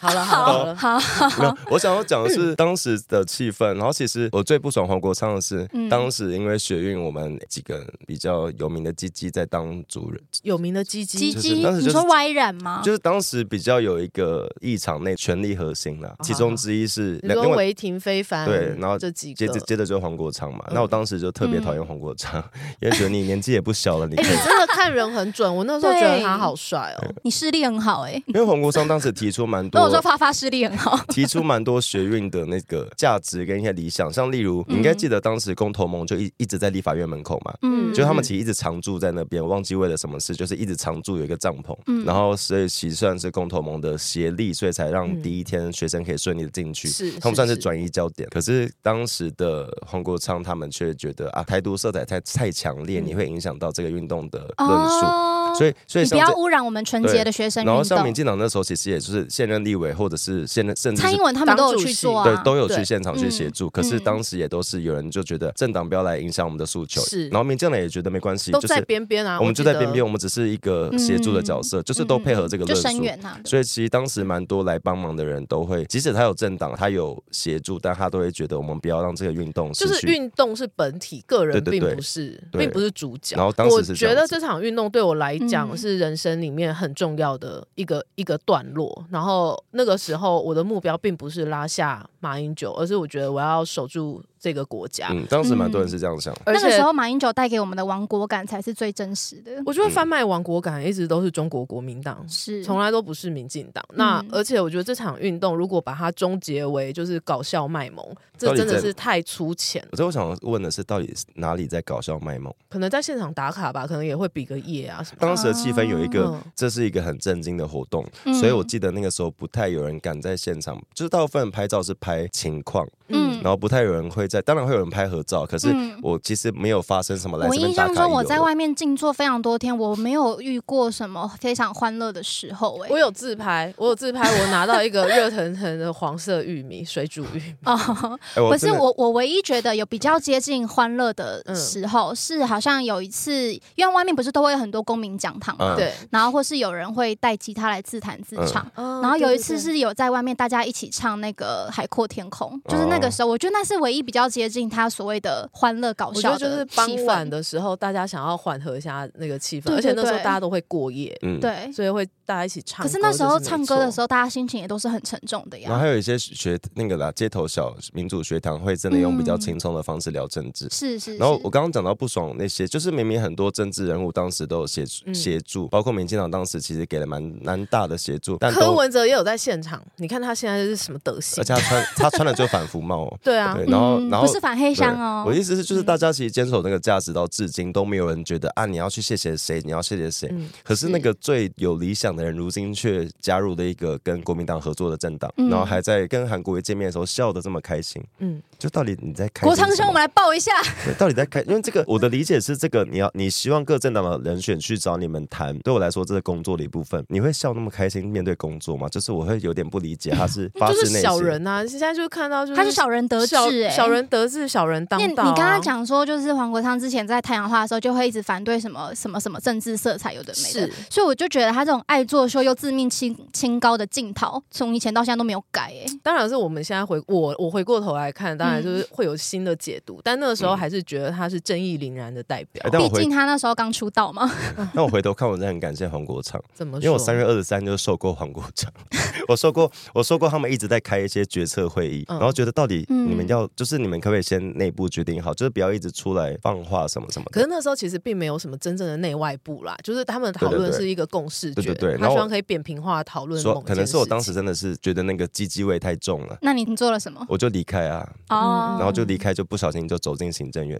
A: 好了好了好了，
C: 好，
B: 没有，我想要讲的是当时的气氛。然后其实我最不爽黄国昌的是，
C: 嗯
B: 当时因为学运，我们几个比较有名的鸡鸡在当主人，
A: 有名的鸡鸡
C: 鸡
B: 就是
C: 鸡，
B: 当时就
C: 你
B: 是
C: 说歪染吗？
B: 就是当时比较有一个异常内权力核心
C: 啊
B: 啦，其中之一是
A: 你
B: 两另
A: 说
B: 外。
A: 违停非凡，
B: 对然后
A: 这几
B: 接
A: 个
B: 着。接着就是黄国昌
C: 嗯
B: 嘛，那我当时就特别讨厌黄国昌， 因为觉得你年纪也不小了，你
A: 哎、
B: 可以
A: 你真的看人很准，我那时候觉得
C: 对
A: 他好帅哦。
C: 你视力很好哎、
B: 因为黄国昌当时提出 蛮
C: 跟我说
B: 多。
C: 发发视力很好，
B: 提出蛮多学运的那个价值跟一些理想，像例如你应该记得当时公投盟就一一直在立法院门口嘛，
C: 嗯，
B: 就他们其实一直常驻在那边，我忘记为了什么事，就是一直常驻有一个帐篷，
C: 嗯
B: 然后所以其实算是公投盟的协力，所以才
C: 嗯
B: 让第一天学生可以顺利的进去，
A: 是
B: 他们算是
A: 是
B: 转移焦点。可是当时的黄国昌他们却觉得啊，台独色彩太太强烈，你会影响到这个运动的论述，
C: 嗯哦
B: 所以所以
C: 你不
B: 像
C: 要
B: 这。
C: 污染我们纯洁的学生
B: 然后
C: 运
B: 像
C: 动
B: 民。进党那时候，其实也就是现任立委或者是现任甚至
C: 蔡
B: 是
C: 英文他们都有去做啊，
B: 对，都有去
A: 对嗯
B: 现场去协助。可是当时也都是有人就觉得政党不要来影响我们的诉求，
A: 是
B: 然后民进党也觉得没关系，
A: 都
B: 就
A: 在
B: 是
A: 边边啊，
B: 我们就
A: 记
B: 在
A: 得嗯
B: 边边，我们只是一个协助的角色，就是都配合这个
C: 嗯就
B: 论
C: 声
B: 述。
C: 援啊呐、
B: 所以其实当时蛮多来帮忙的人都会，即使他有政党，他有协助，但他都会觉得我们不要让这个运动失
A: 就是
B: 去。
A: 运动是本体，个人
B: 对对
A: 并
B: 对
A: 不是，
B: 对
A: 并不是主角。
B: 然后当时
A: 我
B: 是这
A: 觉
B: 样
A: 得
B: 子
A: 这场运动对我来讲
C: 嗯
A: 是人生里面很重要的一个、一个段落。然后那个时候我的目标并不是拉下马英九，而是我觉得我要守住这个国家。
B: 嗯，当时蛮多人是这样想。
A: 而
C: 那个
A: 且
C: 时候马英九带给我们的亡国感才是最真实的，
A: 我觉
B: 嗯
A: 得贩卖亡国感一直都是中国国民党
C: 是
A: 从来都不是民进党。那、
C: 嗯
A: 而且我觉得这场运动如果把它终结为就是搞笑卖萌，这
B: 到底
A: 真的
B: 在
A: 是太粗浅了。
B: 所以我想问的是，到底是哪里在搞笑卖萌？
A: 可能在现场打卡吧，可能也会比个耶啊什么的。
B: 当时的气氛有一个
A: 哦，
B: 这是一个很震惊的活动，
C: 嗯
B: 所以我记得那个时候不太有人敢在现场，就是大部分拍照是拍情况，
C: 嗯
B: 然后不太有人会在，当然会有人拍合照，可是
C: 嗯
B: 我其实没有发生什么来
C: 我
B: 这边
C: 印
B: 打
C: 象
B: 卡
C: 中
B: 一
C: 我
B: 游
C: 在
B: 的
C: 外面静坐非常多天，我没有遇过什么非常欢乐的时候、欸，
A: 我有自拍，我有自拍，我拿到一 个热腾腾的黄色玉米水煮玉米，
C: 哦，
B: 哎
C: 不是
B: 真的
C: 我，我唯一觉得有比较接近欢乐的
A: 嗯
C: 时候，是好像有一次，因为外面不是都会有很多公民讲堂嘛，
B: 嗯
A: 对。
C: 然后或是有人会带吉他来自弹自唱。嗯然
A: 然
C: 后有一次是有在外面大家一起唱那个《海阔天空》，就是那
B: 哦
C: 个时候，我觉得那是唯一比较接近他所谓的欢乐搞
A: 我觉
C: 笑
A: 得就是
C: 的
A: 傍
C: 气
A: 晚
C: 氛。
A: 的时候，大家想要缓和一下那个气氛，
C: 对
A: 而且那时候
C: 对
A: 大家都会过夜，
B: 嗯。
C: 对，
A: 所以会大家一起唱
C: 可
A: 歌。
C: 是那时候唱歌的时
A: 候，
C: 候，大家心情也都是很沉重的
B: 然后
C: 呀。
B: 还有一些学那个啦，街头小民主学堂会真的用比较轻松的方式聊政治。
C: 嗯是是是。
B: 然后我刚刚讲到不爽那些，就是明明很多政治人物当时都有协助
A: 嗯
B: 协助，包括民进党当时其实给了蛮蛮大的协助，但
A: 柯
B: 都
A: 文哲也有在现场，你看他现在是什么德
B: 而
A: 行？
B: 且他穿他穿的就反服帽 哦。
A: 对啊，
B: 对然后
C: 嗯
B: 然后
C: 不是反黑
B: 对
C: 箱哦，
B: 我的意思是，就是大家其实坚守那个价值到至今都没有人觉得啊，你要去谢谢谁，你要谢谢谁。
A: 嗯
B: 可是那个最有理想的人，如今却加入了一个跟国民党合作的政党，
C: 嗯
B: 然后还在跟韩国瑜见面的时候笑得这么开心。
A: 嗯，
B: 就到底你在开
C: 国
B: 心
C: 昌
B: 什
C: 兄，
B: 么
C: 我们来报一下。
B: 对到底在开？因为这个我的理解是，这个你要你希望各政党的人选去找你们谈，对我来说这是工作的一部分。你会笑那么开心面对工作吗？就是我会有点不理解，他是发
A: 就
B: 自
A: 是
B: 内心。
A: 小人啊，现在就看到就是
C: 他是小人得志
A: 小
C: 哎，
A: 小人得志，小人当
C: 那
A: 道啊。
C: 你刚刚讲说，就是黄国昌之前在太阳花的时候，就会一直反对什么什么什么政治色彩，有的没的
A: 是。
C: 所以我就觉得他这种爱作秀又自命清清高的镜头，从以前到现在都没有改、欸。
A: 当然是我们现在回我我回过头来看，大当
B: 嗯
A: 然就是会有新的解读，但那个时候还是觉得他是正义凛然的代表
B: 哎。但我
C: 毕
B: 回
C: 竟他那时候刚出道嘛，
B: 那我回头看，我真的很感谢黄国昌，
A: 怎么
B: 因
A: 说？
B: 为我三月二十三就受过黄国昌， 我受过我受过他们一直在开一些决策会议，
A: 嗯
B: 然后觉得到底
C: 嗯
B: 你们要就是你们可不可以先内部决定好，就是不要一直出来放话什么什么
A: 可
B: 的。
A: 是那时候其实并没有什么真正的内外部啦，就是他们讨
B: 对
A: 论
B: 对对
A: 是一个共识决，
B: 对对对然
A: 他
B: 后
A: 希望可以扁平化讨论
B: 说
A: 某
B: 可能是我当时真的是觉得那个鸡鸡味太重了，
C: 那你你做了什么？
B: 我就离开啊，
C: 哦，
B: 然后就离开，就不小心就走进行政 院。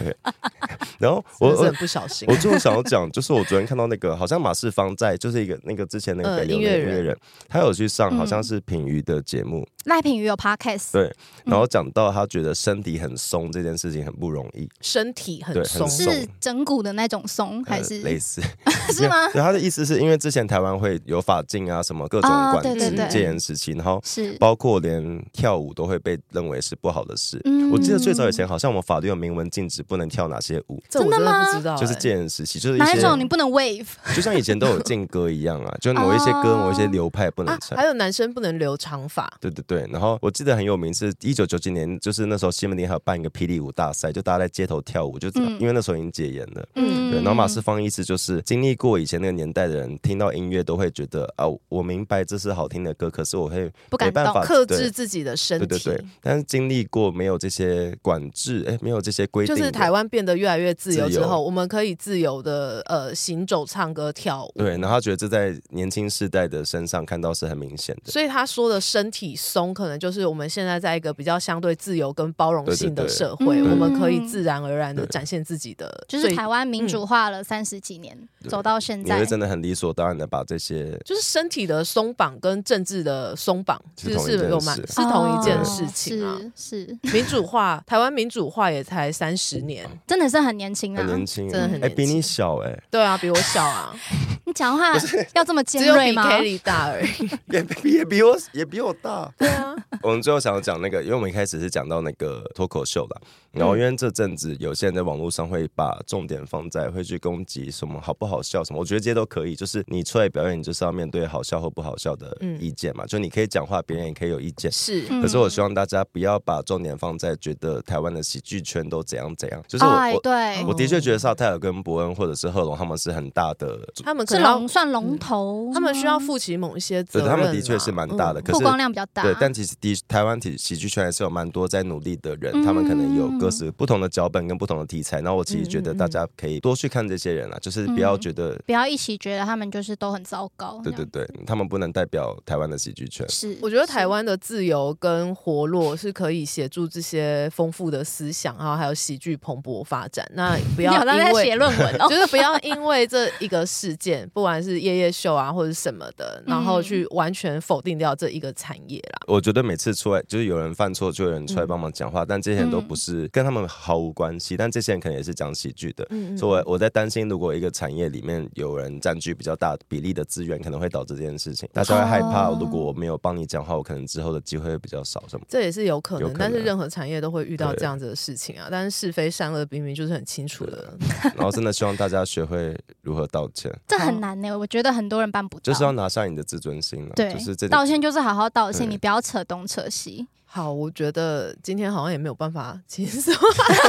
B: 对，然后我
A: 我是
B: 我
A: 很不小心
B: 我。最后想要讲，就是我昨天看到那个，好像马世芳在就是一个那个之前那
A: 嗯
B: 个北流
A: 音
B: 那个
A: 乐
B: 音乐
A: 人
B: 人，他有去上好
C: 嗯
B: 像是品瑜的节目，
C: 赖品妤有 podcast，
B: 对然
C: 嗯
B: 后讲到他觉得身体很松这件事情很不容易，
A: 身体很
B: 对
A: 松
B: 很，松
C: 是整骨的那种松还
B: 呃
C: 是
B: 类似
C: 是吗？
B: 对，他的意思是因为之前台湾会有法禁啊，什么各种
C: 哦
B: 管
C: 对
B: 制、
C: 对
A: 对
B: 戒严时期，然后
C: 是，
B: 包括连跳舞都会被认为是不好的事。
C: 嗯
B: 我记得最早以前好像我们法律有明文禁止不能跳哪些舞，
A: 这我真
C: 真的
A: 的
C: 吗
A: 不知道欸，
B: 就是戒严时期，就是一
C: 哪一
B: 些
C: 种你不能 wave？
B: 就像以前都有禁歌一样啊，就某一些歌、
C: 哦
B: 某一些流派不能
A: 啊，
B: 唱。
A: 还有男生不能留长发，
B: 对对对，然后我记得很有名是，一九九七年，就是那时候西门町还有办一个霹雳舞大赛，就大家在街头跳舞，就、
C: 嗯
B: 因为那时候已经解严了，
A: 嗯
B: 对，然后马世芳意思就是经历过以前那个年代的人，听到音乐都会觉得啊，我明白这是好听的歌，可是我会没
C: 不敢
B: 办
C: 动
B: 法
A: 克
B: 对
A: 制自己的身
B: 对
A: 体。
B: 对对，但是经历过没有这些管制，哎，没有这些规定
A: 就
B: 的，
A: 是台湾变得越来越自由
B: 自
A: 之
B: 由
A: 后，我们可以自由的呃行走、唱歌、跳舞。
B: 对，然后他觉得这在年轻世代的身上看到是很明显的。
A: 所以他说的身体松，可能就是我们现在在一个比较相对自由跟包容性的社会，
C: 对对
B: 对
A: 我们
C: 嗯
A: 可以自然而然的
B: 对
A: 展现自己的
C: 就
A: 最，
C: 是台湾
A: 嗯
C: 民主化了三十几年，
B: 对
C: 走到现
B: 你
C: 在
B: 会，真的很理所当然的把这些
A: 就是身体的松绑跟政治的松绑，
B: 是
A: 其实
B: 同一件
A: 是有蛮
B: 事
A: 是同一件事情啊。
C: 哦是是，
A: 民主化，台湾民主化也才三十年，
C: 真的是很年轻啊
B: 很！年轻，
A: 真的很
B: 哎，
A: 年
B: 比你
A: 轻
B: 小哎，
A: 对啊，比我小 啊，
C: 你讲话要这么
A: 只
C: 尖
A: 有
C: 锐
A: 比
C: 吗？
A: Kelly 大而已。
B: 也 比也比我也比我大。
A: 对啊，
B: 我们最后想要讲那个，因为我们一开始是讲到那个脱口秀啦，然后因为这阵子有些人在网络上会把重点放在会去攻击什么好不好笑什么，我觉得这些都可以，就是你出来表演，你就是要面对好笑或不好笑的
A: 嗯
B: 意见嘛，就你可以讲话，别人也可以有意见。
A: 是
C: 嗯
B: 可是我希望大家不要把重点放在觉得台湾的喜剧圈都怎样怎样，就是我、
C: 哎，
B: 我
C: 对
A: 哦，
B: 我的确觉得邵泰尔跟伯恩或者是贺龙他们是很大的，
A: 他们可
C: 是
A: 能要
C: 龙算
B: 嗯
C: 龙头，
A: 他们需要负起某一些责
B: 对
A: 任、啊，
B: 他们的确是蛮大的，
A: 嗯
B: 可
C: 曝
B: 是
C: 光量比较大，
B: 对，但其实的台湾体喜剧圈还是有蛮多在努力的人，
C: 嗯
B: 他们可能有各式不同的脚本跟不同的题材。然后我其实觉
A: 嗯
B: 得大家可以多去看这些人啊，就是不要觉得，
C: 不要一起觉得他们就是都很糟
A: 哦
C: 糕，
B: 对对对，他们不能代表台湾的喜剧圈。
C: 是，
A: 我觉得台
C: 是
A: 湾的自由跟活络是可以协助这些丰富的思想，然后还有喜剧蓬勃发展。那不要
C: 你好像在
A: 因
C: 写
A: 为。
C: 论文 哦，
A: 就是不要因为这一个事件，不管是夜夜秀啊或者什么的，然后去
C: 嗯
A: 完全否定掉这一个产业啦。
B: 我觉得每次出来就是有人犯错，就有人出来
A: 嗯
B: 帮忙讲话，但这些人都不是跟他们毫无关系，但这些人可能也是讲喜剧的。
A: 嗯
B: 所以我我在担心，如果一个产业里面有人占据比较大比例的资源，可能会导致这件事情。大家会害怕，
C: 哦
B: 如果我没有帮你讲话，我可能之后的机会会比较少，什么的。
A: 这也是有可能，
B: 有可能
A: 但是任何产业都会遇到
B: 对
A: 这样子的事情啊。但是是非善恶明明就是很清楚的，
B: 然后真的希望大家学会如何道歉，
C: 这
A: 嗯
C: 很难呢，我觉得很多人办不
B: 就
C: 到
B: 是，要拿下你的自尊心了。
C: 对
B: 就是这，
C: 道歉就是好好道歉，
B: 对
C: 你不要扯东扯西，
A: 好，我觉得今天好像也没有办法轻松，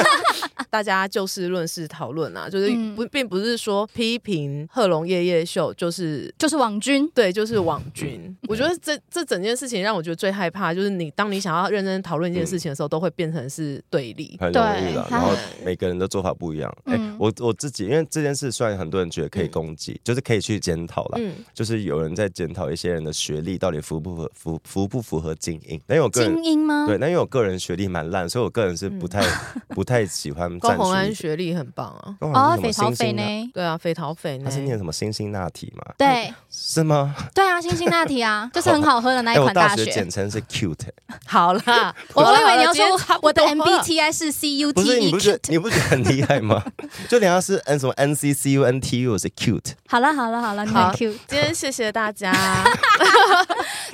A: 大家就事论事讨论啊，就是
C: 嗯
A: 不，并不是说批评贺龙夜夜秀就是。
C: 就是网军，
A: 对，就是网军。我觉得这这整件事情让我觉得最害怕，就是你当你想要认真讨
C: 嗯
A: 论一件事情的时候，都会变成是对立。
B: 很容
C: 对
B: 易了。
C: 他
B: 然后
C: 很
B: 每个人的做法不一样。哎、
C: 嗯
B: 我我自己因为这件事，虽然很多人觉得可以攻击，就是可以去检讨啦，
A: 嗯，
B: 就是有人在检讨一些人的学历到底符不符符符不符合精英，但因为我个人
C: 精。英吗？嗯
B: 对，那因为我个人学历蛮烂，所以我个人是 不太、不太喜欢
A: 高
B: 战术
A: 洪安
B: 意识。
A: 学历很棒啊，
B: 高洪安
C: 哦，
B: 是
C: 匪
B: 什么新
C: 逃匪
B: 兴的？
C: 呢？
A: 对啊，肥桃肥呢
B: 他是？念什么辛辛那提嘛？，
C: 对
B: 是吗？
C: 对啊，辛辛那 提啊，就是很好喝的那
B: 哎、
C: 一
B: 我
C: 款
B: 大学
C: 学
B: 简。称是 cute，欸、
A: 好啦，
C: 我
A: 好
C: 我
A: 啦
C: 以为你要
A: 今天差
C: 说
A: 不
C: 我的
A: 多了
C: MBTI 是
B: 不是
A: E
B: 你不觉得
C: CUTE
B: 你不觉得很厉害吗？ 就连他是 N 什么 N C C U N T U 是 cute，
C: 好了好了好了，你
A: 好
C: 很 Q，
A: 今天谢谢大家，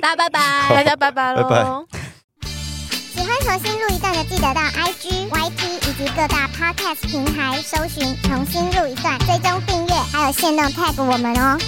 C: 大家拜拜。
A: 大家拜拜喽。
B: 拜拜
E: 喜欢重新录一段的，记得到 IG、YT 以及各大 Podcast 平台搜寻“重新录一段”，追踪订阅，还有限定 tag 我们哦。